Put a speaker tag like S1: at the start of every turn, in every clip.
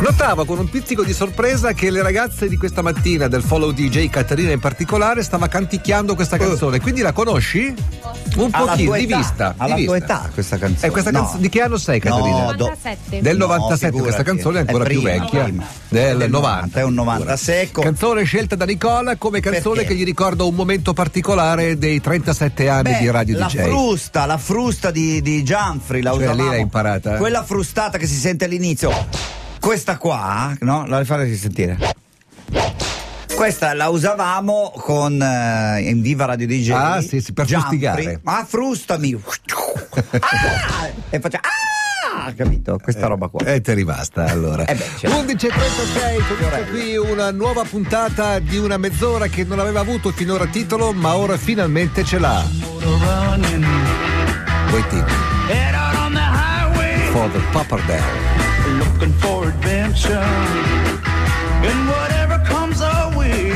S1: Notavo con un pizzico di sorpresa che le ragazze di questa mattina del follow DJ, Caterina in particolare, stava canticchiando questa canzone. Quindi la conosci? Un
S2: Oh. Alla
S1: pochino,
S2: Ah, tua
S1: di
S2: età,
S1: vista.
S2: alla
S1: di
S2: tua
S1: vista.
S2: età questa canzone.
S1: E questa
S2: No.
S1: canzone di che anno sei, Caterina?
S2: No, do-
S3: 97.
S1: Del
S2: No,
S1: 97, questa
S2: figurati.
S1: canzone è ancora
S2: È
S1: più
S2: prima,
S1: vecchia
S2: prima.
S1: del,
S2: Del
S1: 90.
S2: è un 90 secco.
S1: Canzone scelta da Nicola come canzone che
S2: Perché?
S1: gli ricorda un momento particolare dei 37 anni
S2: Beh,
S1: di Radio
S2: la
S1: DJ.
S2: frusta, la frusta di, di Gianfri, la
S1: Cioè, lì
S2: usavamo.
S1: l'hai imparata?
S2: Quella frustata che si sente all'inizio. Questa qua, no? La fate sentire. Questa la usavamo con eh, in Viva Radio DJ.
S1: Ah, sì, sì, per
S2: Gianfri.
S1: fustigare.
S2: Ah, frustami. Ah! E faccia ah! Capito?
S1: Eh,
S2: Questa roba qua.
S1: E ti è rimasta allora.
S2: Eh beh, c'è.
S1: 11.36, comincia qui una nuova puntata di una mezz'ora che non aveva avuto finora titolo, ma ora finalmente ce l'ha. Quei titoli.
S4: Head out on the highway,
S1: For the Pappardelle.
S4: looking for adventure. And whatever comes our way,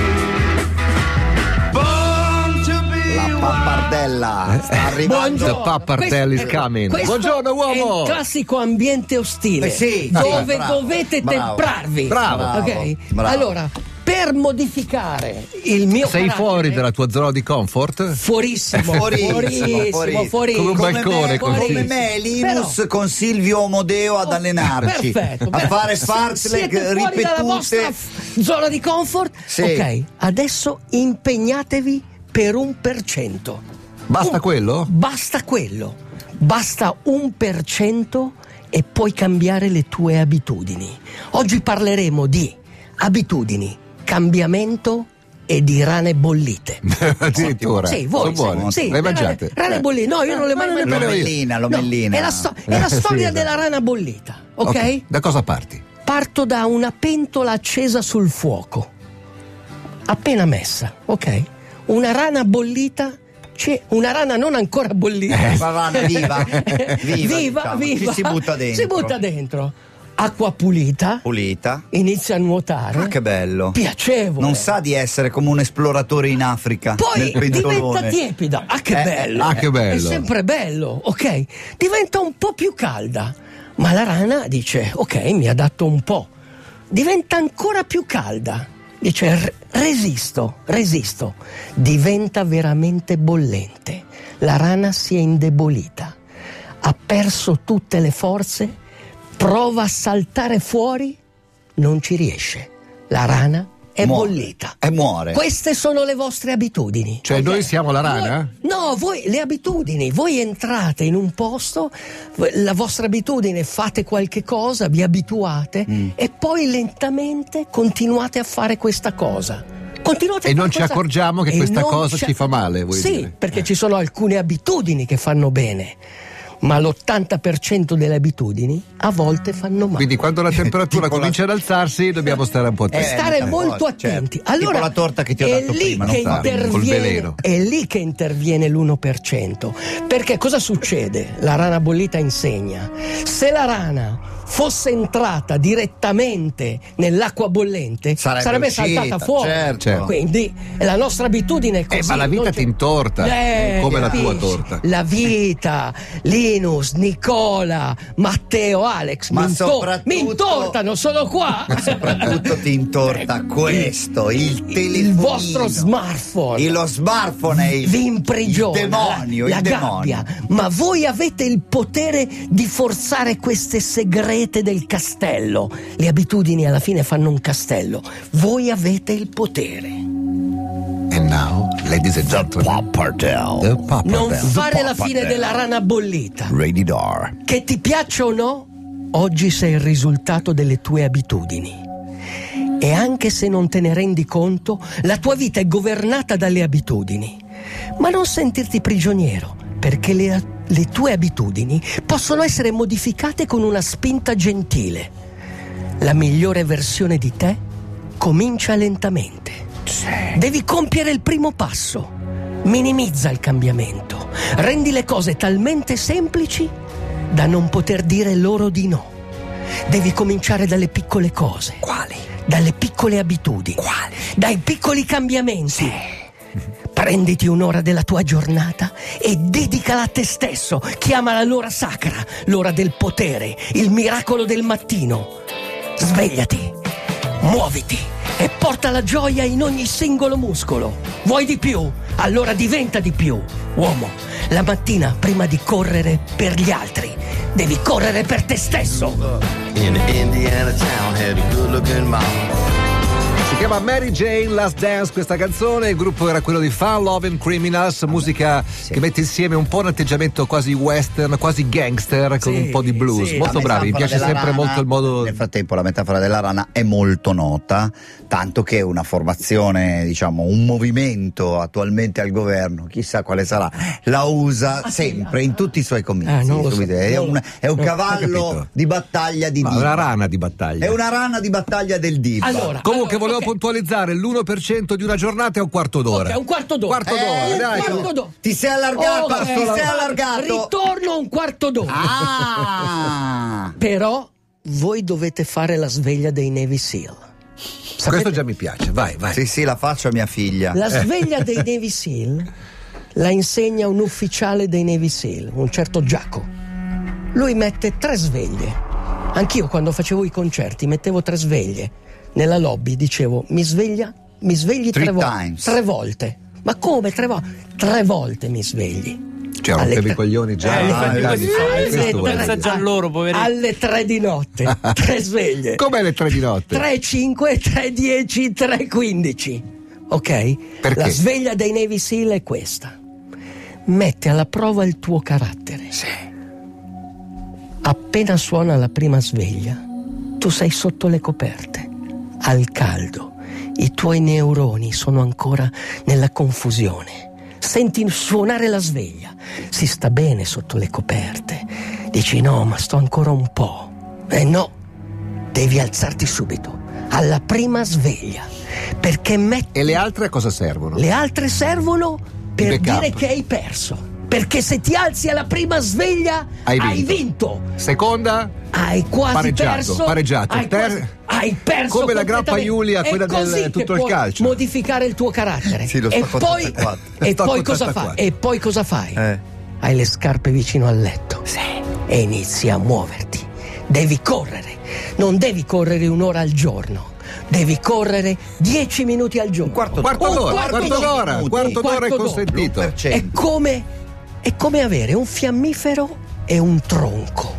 S4: born to be
S2: La pappardella sta arrivando.
S1: The Pappardelle is coming.
S5: Questo
S1: Buongiorno
S5: È
S1: uomo!
S5: il classico ambiente ostile
S2: Eh sì,
S5: dove
S2: sì, bravo,
S5: dovete
S2: bravo,
S5: temprarvi.
S1: bravo,
S5: Ok?
S2: bravo.
S5: Allora, per modificare il mio
S1: Sei
S5: carattere-
S1: fuori dalla tua zona di comfort?
S5: Fuorissimo,
S2: Fuorissimo,
S5: fuorissimo,
S2: fuorissimo.
S5: fuorissimo.
S1: Come un
S2: Come
S1: balcone,
S2: me,
S1: con
S2: come
S1: Silvio.
S2: me, Linus
S5: Però- Oh,
S2: con Silvio Omodeo ad allenarci,
S5: perfetto,
S2: a
S5: perfetto.
S2: fare
S5: Se-
S2: fartlek
S5: siete fuori dalla vostra
S2: ripetute.
S5: f- zona di comfort.
S2: Sì.
S5: Ok, adesso impegnatevi per un per cento.
S1: Basta
S5: Un-
S1: quello?
S5: Basta quello. Basta un per cento e puoi cambiare le tue abitudini. Oggi parleremo di abitudini, cambiamento e di rane bollite.
S1: Addirittura.
S5: Sì, voi
S1: Sono buone.
S5: sì, sì,
S1: Le hai
S5: rane-
S1: mangiate? Eh.
S5: Rane bollite. No, io non le ho mai mangiate.
S2: L'omellina, l'omellina.
S5: No, è la, sto- è la
S1: Sì,
S5: storia
S1: esatto.
S5: della rana bollita, ok?
S1: Da cosa parti?
S5: Parto da una pentola accesa sul fuoco, appena messa, ok? Una rana bollita, c'è una rana non ancora bollita.
S2: Ma vada, Eh. viva, viva,
S5: viva,
S2: diciamo, ci
S5: viva.
S2: si butta dentro.
S5: Si butta dentro. Acqua pulita,
S2: Pulita.
S5: inizia a nuotare.
S2: Ah, che bello.
S5: Piacevole.
S2: Non sa di essere come un esploratore in Africa.
S5: Poi
S2: nel pentolone.
S5: diventa tiepida. Ah, che
S2: Eh,
S5: bello!
S1: ah, che bello.
S5: È sempre bello, ok? Diventa un po' più calda. Ma la rana dice: Ok, mi ha dato un po'. Diventa ancora più calda. Dice: "Re- Resisto, resisto. Diventa veramente bollente. La rana si è indebolita. Ha perso tutte le forze. Prova a saltare fuori. Non ci riesce. La rana è
S2: Muore.
S5: bollita.
S2: E
S1: Eh.
S2: muore.
S5: Queste sono le vostre abitudini.
S1: Cioè,
S5: Ok?
S1: noi siamo la rana?
S5: Voi- no, voi le abitudini, voi entrate in un posto, v- la vostra abitudine, fate qualche cosa, vi abituate
S1: Mm.
S5: e poi lentamente continuate a fare questa cosa. Continuate a
S1: E
S5: fare
S1: non ci
S5: questa-
S1: accorgiamo che
S5: e
S1: questa
S5: non
S1: cosa ci fa male, vuoi
S5: Sì,
S1: dire? Eh.
S5: perché ci sono alcune abitudini che fanno bene, ma l'80% delle abitudini a volte fanno male.
S1: Quindi quando la temperatura
S2: Tipo la-
S1: comincia ad alzarsi dobbiamo stare un po'
S2: Eh,
S1: attenti.
S5: stare
S2: mica
S5: molto
S2: poi, cioè,
S5: attenti.
S2: tipo
S5: Allora,
S2: la torta che ti ho
S5: è
S2: dato
S5: lì
S2: prima, non
S5: che
S2: fa, col
S1: veleno.
S5: interviene, è lì che interviene l'1%. Perché cosa succede? La rana bollita insegna. Se la rana fosse entrata direttamente nell'acqua bollente,
S2: Sarebbe
S5: sarebbe,
S2: uscita,
S5: saltata fuori. Cioè,
S2: certo.
S1: Certo.
S5: Quindi la nostra abitudine è
S1: Eh,
S5: così.
S1: ma la vita
S5: non
S1: ti
S5: c'è-
S1: intorta,
S5: Eh,
S1: come la
S5: capisci?
S1: tua torta.
S5: La vita, Linus, Nicola, Matteo, Alex,
S2: Ma
S5: mi, intor-
S2: soprattutto-
S5: mi intortano, sono qua.
S2: Soprattutto ti intorta questo, Certo, il telefono.
S5: Eh, il vostro smartphone.
S2: E lo smartphone è il,
S5: vi imprigiona
S2: il demonio,
S5: la,
S2: il
S5: la
S2: demonio.
S5: gabbia ma voi avete il potere di forzare queste segrete del castello le abitudini alla fine fanno un castello voi avete il potere Eh.
S1: And now, ladies and gentlemen,
S2: Pappardelle.
S1: the Papa
S5: non
S1: Bell.
S5: fare la
S2: Pappardelle.
S5: fine della rana bollita
S2: Radidar.
S5: Che ti piaccia o no, oggi sei il risultato delle tue abitudini. E anche se non te ne rendi conto, la tua vita è governata dalle abitudini. Ma non sentirti prigioniero, perché le, le tue abitudini possono essere modificate con una spinta gentile. La migliore versione di te comincia lentamente. Devi compiere il primo passo. Minimizza il cambiamento. Rendi le cose talmente semplici da non poter dire loro di no. Devi cominciare dalle piccole cose. Quali? Dalle piccole abitudini. Quali? Dai piccoli cambiamenti. Prenditi un'ora della tua giornata e dedicala a te stesso. Chiamala l'ora sacra, l'ora del potere, il miracolo del mattino. Svegliati, muoviti e porta la gioia in ogni singolo muscolo. Vuoi di più? Allora diventa di più. Uomo, la mattina prima di correre per gli altri, devi correre per te stesso.
S3: In an Indiana town, had a good looking mom.
S1: Si chiama Mary Jane Last Dance questa canzone, il gruppo era quello di Fun Love and Criminals, musica che mette insieme un po' un atteggiamento quasi western, quasi gangster con
S5: Sì,
S1: un po' di blues.
S5: sì,
S1: molto
S2: La
S1: bravi, mi
S2: metafora
S1: piace
S2: della
S1: sempre
S2: rana-
S1: molto il modo
S2: Nel frattempo la metafora della rana è molto nota, tanto che una formazione, diciamo, un movimento attualmente al governo, chissà quale sarà, la usa
S5: Ah, sì,
S2: sempre
S5: ah,
S2: in tutti i suoi
S5: Ah,
S2: comizi.
S5: non lo
S2: capite?
S5: so,
S2: è
S5: non-
S2: un, è un
S5: non ho
S2: cavallo
S1: capito.
S2: di battaglia di
S1: Ma è
S2: diva.
S1: una rana di battaglia.
S2: È una rana di battaglia del diva.
S5: Allora,
S1: Comunque
S5: allora,
S1: volevo
S5: Ah, ok.
S1: puntualizzare l'1% di una giornata è un quarto d'ora.
S5: Ok, un quarto d'ora.
S1: Quarto
S5: Eh,
S1: d'ora,
S5: un
S1: dai.
S5: quarto d'ora.
S2: Ti sei allargato,
S5: Oh,
S2: ti
S5: eh,
S2: sei allargato.
S5: Ritorno a un quarto d'ora.
S2: Ah!
S5: Però voi dovete fare la sveglia dei Navy SEAL.
S1: Questo già mi piace, vai, vai.
S2: Sì, sì, la faccio a mia figlia.
S5: La
S1: Eh.
S5: sveglia dei Navy SEAL la insegna un ufficiale dei Navy SEAL, un certo Giaco. Lui mette tre sveglie. Anch'io quando facevo i concerti mettevo tre sveglie. Nella lobby dicevo mi sveglia, mi svegli tre,
S2: Three
S5: vo-
S2: times.
S5: tre volte. Ma come tre volte? Tre volte mi svegli.
S1: Cioè,
S5: Alle
S1: rompevi
S5: tre-
S1: i coglioni già.
S2: Eh, infatti,
S1: dai,
S2: poi si
S1: dai,
S2: fa,
S1: dai,
S5: Alle
S1: questo
S5: tre-
S1: volevo
S6: pensa
S1: dire.
S6: già loro, poverini.
S5: Alle tre di notte, tre sveglie.
S1: Com'è le tre di notte?
S5: 3,5, 3,10, 3,15. Ok?
S1: Perché?
S5: La sveglia dei Navy Seal è questa. Mette alla prova il tuo carattere. Sì. Appena suona la prima sveglia, tu sei sotto le coperte, al caldo. I tuoi neuroni sono ancora nella confusione. Senti suonare la sveglia. Si sta bene sotto le coperte. Dici no, ma sto ancora un po'. E no, Devi alzarti subito, alla prima sveglia, perché metti...
S1: E le altre a cosa servono?
S5: Le altre servono per
S1: backup.
S5: dire che hai perso. Perché se ti alzi alla prima sveglia
S1: Hai vinto.
S5: vinto.
S1: Seconda?
S5: Hai quasi
S1: Pareggiato,
S5: perso.
S1: pareggiato.
S5: Hai,
S1: Ter-
S5: quasi- hai perso.
S1: Come la grappa
S5: completamente.
S1: Iulia,
S5: È
S1: quella del-
S5: così che
S1: tutto il
S5: puoi
S1: calcio.
S5: Modificare il tuo carattere.
S2: Sì, lo
S5: e,
S2: spacco
S5: poi,
S2: 84.
S5: e,
S1: Spacco
S5: poi cosa fai?
S1: 84.
S5: e poi cosa fai?
S2: Eh.
S5: Hai le scarpe vicino al letto. E inizi a muoverti. Devi correre. Non devi correre un'ora al giorno. Devi correre 10 minuti al giorno. Un
S2: quarto d'ora.
S1: Quarto d'ora,
S5: quarto
S1: quarto
S5: d'ora.
S1: d'ora,
S2: Un
S1: quarto d'ora è
S5: quarto d'ora.
S1: consentito.
S2: Per cento.
S5: È come, è come avere un fiammifero e un tronco.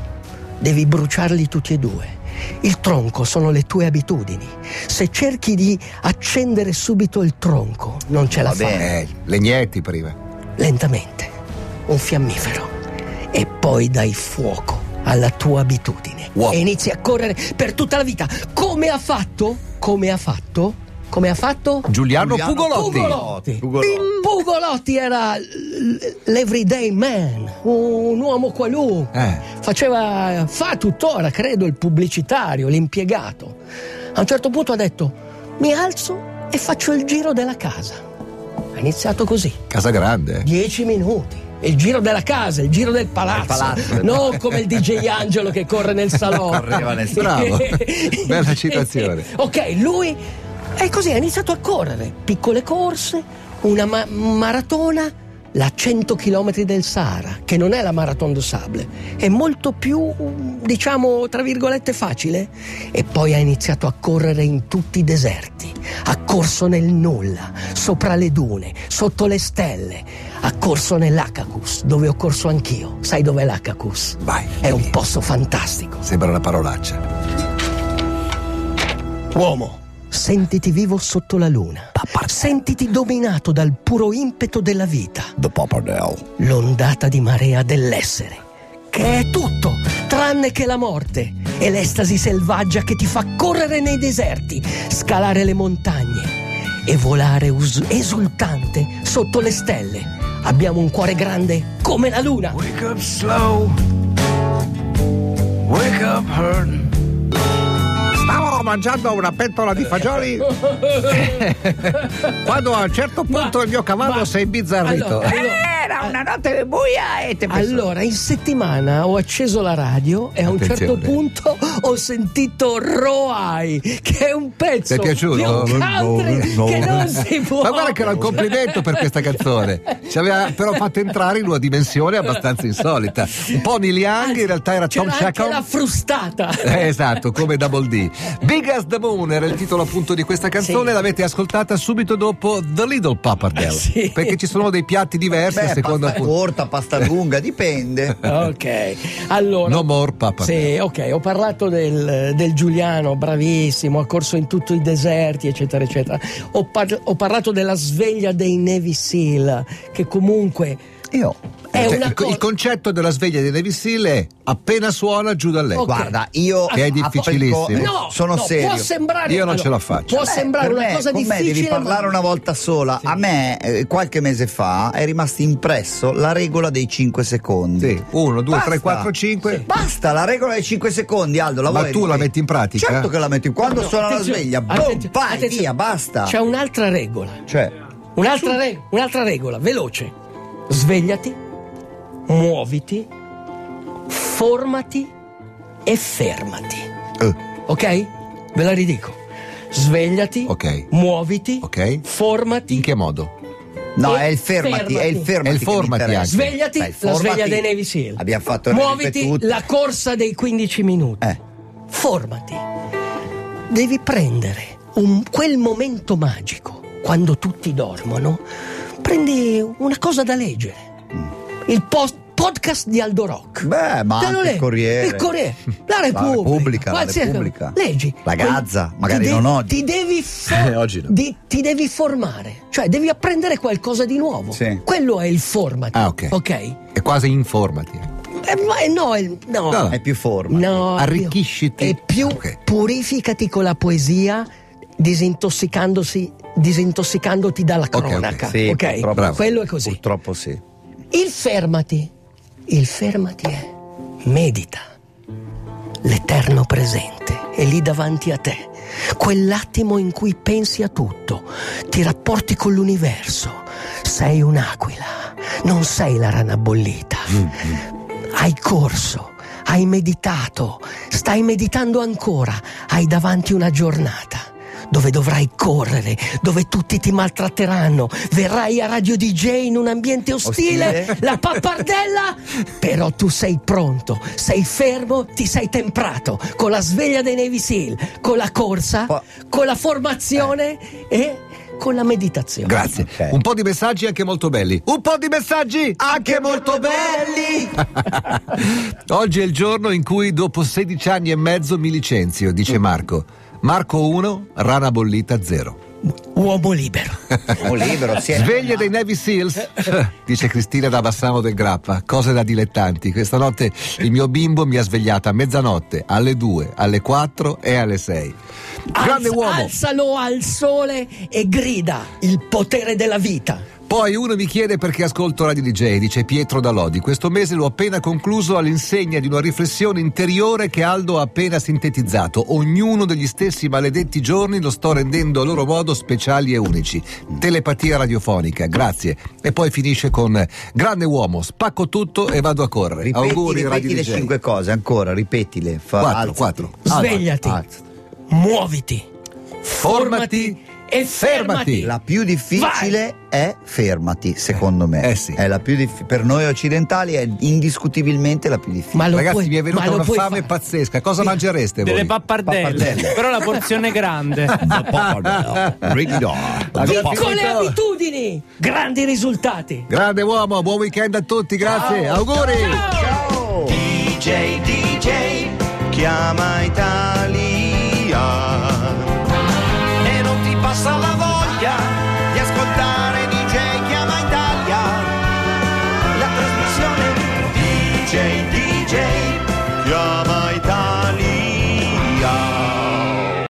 S5: Devi bruciarli tutti e due. Il tronco sono le tue abitudini. Se cerchi di accendere subito il tronco, non ce la
S2: Va
S5: fai.
S2: bene.
S1: Eh, legnetti prima.
S5: Lentamente, un fiammifero. E poi dai fuoco alla tua abitudine.
S1: Wow.
S5: E inizi a correre per tutta la vita. Come ha fatto? Come ha fatto? Come ha fatto?
S1: Giuliano,
S2: Giuliano
S1: Pugolotti.
S5: Pugolotti.
S2: Pugolotti.
S5: Pim. Pugolotti era l- l'everyday man, un uomo qualunque.
S1: Eh.
S5: Faceva, fa tuttora, credo, il pubblicitario, l'impiegato. A un certo punto ha detto: Mi alzo e faccio il giro della casa. Ha iniziato così.
S1: Casa Grande. eh.
S5: Dieci minuti. Il giro della casa, il giro del palazzo.
S2: palazzo.
S5: Non come il DJ Angelo che corre nel salone.
S2: Correva nel
S1: Bravo. Bella citazione.
S5: ok, lui è così, ha iniziato a correre. Piccole corse, una ma- maratona, la 100 km del Sahara, che non è la Marathon do Sable. È molto più, diciamo, tra virgolette, facile. E poi ha iniziato a correre in tutti i deserti. Ha corso nel nulla, sopra le dune, sotto le stelle. Ha corso nell'Acacus, dove ho corso anch'io. Sai dov'è l'Acacus?
S1: Vai.
S5: È un posto fantastico.
S1: Sembra una parolaccia.
S5: Uomo, sentiti vivo sotto la luna. Sentiti dominato dal puro impeto della vita.
S2: The Pappardelle.
S5: L'ondata di marea dell'essere. Che è tutto, tranne che la morte. E l'estasi selvaggia che ti fa correre nei deserti, scalare le montagne e volare us- esultante sotto le stelle. Abbiamo un cuore grande come la luna.
S4: Wake up slow. Wake up hurting.
S1: Stavo mangiando una pentola di fagioli. Quando a un certo punto
S5: Ma-
S1: il mio cavallo
S5: ma-
S1: si è imbizzarrito.
S5: Allora, allora,
S1: Era
S2: una notte buia e te
S5: Allora, in settimana ho acceso la radio e a un certo
S1: Attenzione.
S5: punto ho sentito Roai, che è un pezzo
S1: Ti è
S5: di
S1: piaciuto?
S5: un country
S1: No, no, no.
S5: che non si può.
S1: Ma guarda che era un complimento per questa canzone. Ci aveva però fatto entrare in una dimensione abbastanza insolita. Un po' Neil Young, in realtà era Tom
S5: C'era anche
S1: Shackle.
S5: la frustata.
S1: Eh, esatto, come Double D. Big as the Moon era il titolo appunto di questa canzone,
S5: Sì.
S1: l'avete ascoltata subito dopo The Little Pappardelle.
S5: Eh, sì.
S1: Perché ci sono dei piatti diversi a
S2: Beh,
S1: seconda
S2: pasta
S1: appunto.
S2: corta, pasta lunga, dipende.
S1: Eh.
S5: Ok, allora.
S1: No more pappardelle.
S5: Sì, ok, ho parlato del, del Giuliano, bravissimo, ha corso in tutti i deserti, eccetera, eccetera. Ho, par- ho parlato della sveglia dei Navy Seal, che comunque
S2: Io.
S5: è
S1: Cioè,
S5: una
S1: il,
S5: cosa...
S1: il concetto della sveglia di Davis Hill è appena suona giù da lei.
S5: Ok.
S2: Guarda, io
S1: Che è difficilissimo.
S5: No,
S2: sono
S5: no,
S2: serio.
S5: Può sembrare,
S1: Io non ce la faccio.
S5: Può
S2: Beh,
S5: sembrare
S2: per
S5: una
S2: me-
S5: cosa
S2: con me
S5: difficile.
S2: devi parlare
S5: ma-
S2: una volta sola. A me, eh, qualche mese fa, è rimasta impresso la regola dei 5 secondi.
S1: Sì, 1, 2, 3,
S2: Basta.
S1: 4, 5.
S2: Basta la regola dei 5 secondi, Aldo. La
S1: Ma
S2: vuoi
S1: tu la
S2: ripetere?
S1: metti in pratica? eh?
S2: Certo che la metti. Quando
S5: No,
S2: suona la
S5: attenzione,
S2: sveglia, boom,
S5: attenzione,
S2: vai,
S5: attenzione.
S2: via, basta.
S5: C'è un'altra regola.
S2: Cioè,
S5: Un'altra, re- un'altra regola, veloce. Svegliati, muoviti, formati e fermati.
S2: eh,
S5: Ok? Ve la ridico. Svegliati,
S1: Ok.
S5: muoviti,
S1: Ok.
S5: formati.
S1: In che modo?
S2: no,
S5: E
S2: è il fermati, è il
S5: Eh, fermati.
S2: fermati.
S1: È il
S2: che
S1: formati
S2: mi interessa.
S1: anche.
S5: Svegliati,
S2: Dai,
S5: la
S2: formati.
S5: sveglia dei Navy Seal.
S2: Abbiamo fatto le
S5: Muoviti,
S2: ripetute.
S5: la corsa dei 15 minuti.
S2: Eh.
S5: Formati. Devi prendere un- quel momento magico, quando tutti dormono, prendi una cosa da leggere. Il post- podcast di Aldo Rock.
S2: Mm. Beh, ma
S5: Te
S2: anche
S5: lo
S2: il
S5: leggi.
S2: Corriere.
S5: Il Corriere, la Repubblica,
S2: Repubblica, la
S5: qualsiasi-
S2: Repubblica.
S5: Leggi.
S2: La Gazza,
S5: Ti
S2: magari non oggi.
S5: Ti devi, for-
S1: Eh, oggi no.
S5: di- ti devi formare, cioè devi apprendere qualcosa di nuovo.
S2: Sì.
S5: Quello è il formati.
S1: Ah, ok.
S5: Ok?
S1: È quasi informati.
S5: Eh, ma eh, no, eh, no.
S1: No.
S2: È più forma.
S5: No,
S1: Arricchisciti.
S5: E più
S1: Ok.
S5: purificati con la poesia, disintossicandosi, disintossicandoti dalla
S1: ok.
S5: cronaca. Ok,
S2: Sì, purtroppo
S1: Bravo.
S5: quello è così.
S2: Purtroppo sì.
S5: Il fermati. Il fermati è medita l'eterno presente è lì davanti a te. Quell'attimo in cui pensi a tutto, ti rapporti con l'universo. Sei un'aquila, non sei la rana bollita. Hai corso, hai meditato, stai meditando ancora, hai davanti una giornata dove dovrai correre, dove tutti ti maltratteranno, verrai a Radio DJ in un ambiente ostile,
S2: Ostile?
S5: la pappardella, però tu sei pronto, sei fermo, ti sei temprato con la sveglia dei Navy Seal, con la corsa,
S2: Po-
S5: con la formazione e con la meditazione.
S1: Grazie.
S2: Ok.
S1: Un po' di messaggi anche molto belli. Un po' di messaggi anche molto belli. Oggi è il giorno in cui dopo 16 anni e mezzo mi licenzio, dice Marco. Marco 1, rana bollita 0.
S5: Uomo libero.
S2: O libero, sì.
S1: Sveglia dei Navy Seals, dice Cristina da Bassano del Grappa. Cose da dilettanti. Questa notte il mio bimbo mi ha svegliata a mezzanotte, alle 2, alle 4 e alle 6. Grande
S5: Alza-
S1: uomo.
S5: Alzalo al sole e grida il potere della vita.
S1: Poi uno mi chiede perché ascolto Radio DJ, dice Pietro Dalodi. Questo mese l'ho appena concluso all'insegna di una riflessione interiore che Aldo ha appena sintetizzato. Ognuno degli stessi maledetti giorni lo sto rendendo a loro modo speciali e unici. Telepatia radiofonica, grazie. E poi finisce con eh, grande uomo, spacco tutto e vado a correre.
S2: Ripeti,
S1: Auguri
S2: ripeti
S1: Radio
S2: le
S1: DJ.
S2: cinque cose ancora, ripetile. Fa,
S1: Quattro,
S2: alzati.
S1: quattro.
S2: Alzati,
S5: Svegliati,
S2: alzati.
S5: muoviti, formati e
S1: fermati.
S5: fermati.
S2: La più difficile è fermati, secondo me.
S1: Eh sì.
S2: È la più diffi- per noi occidentali è indiscutibilmente la più difficile.
S5: Ma lo
S1: Ragazzi,
S5: puoi-
S1: mi è
S5: ma
S1: venuta
S5: lo
S1: una
S5: puoi
S1: fame
S5: fare.
S1: pazzesca. Cosa
S5: Sì.
S1: mangereste voi?
S6: Delle pappardelle,
S2: Pappardelle.
S6: però la porzione grande.
S1: Abbiamo
S5: Piccole
S1: finito?
S5: abitudini, grandi risultati.
S1: Grande uomo, buon weekend a tutti, grazie. Auguri.
S4: DJ, DJ, chiama Italia.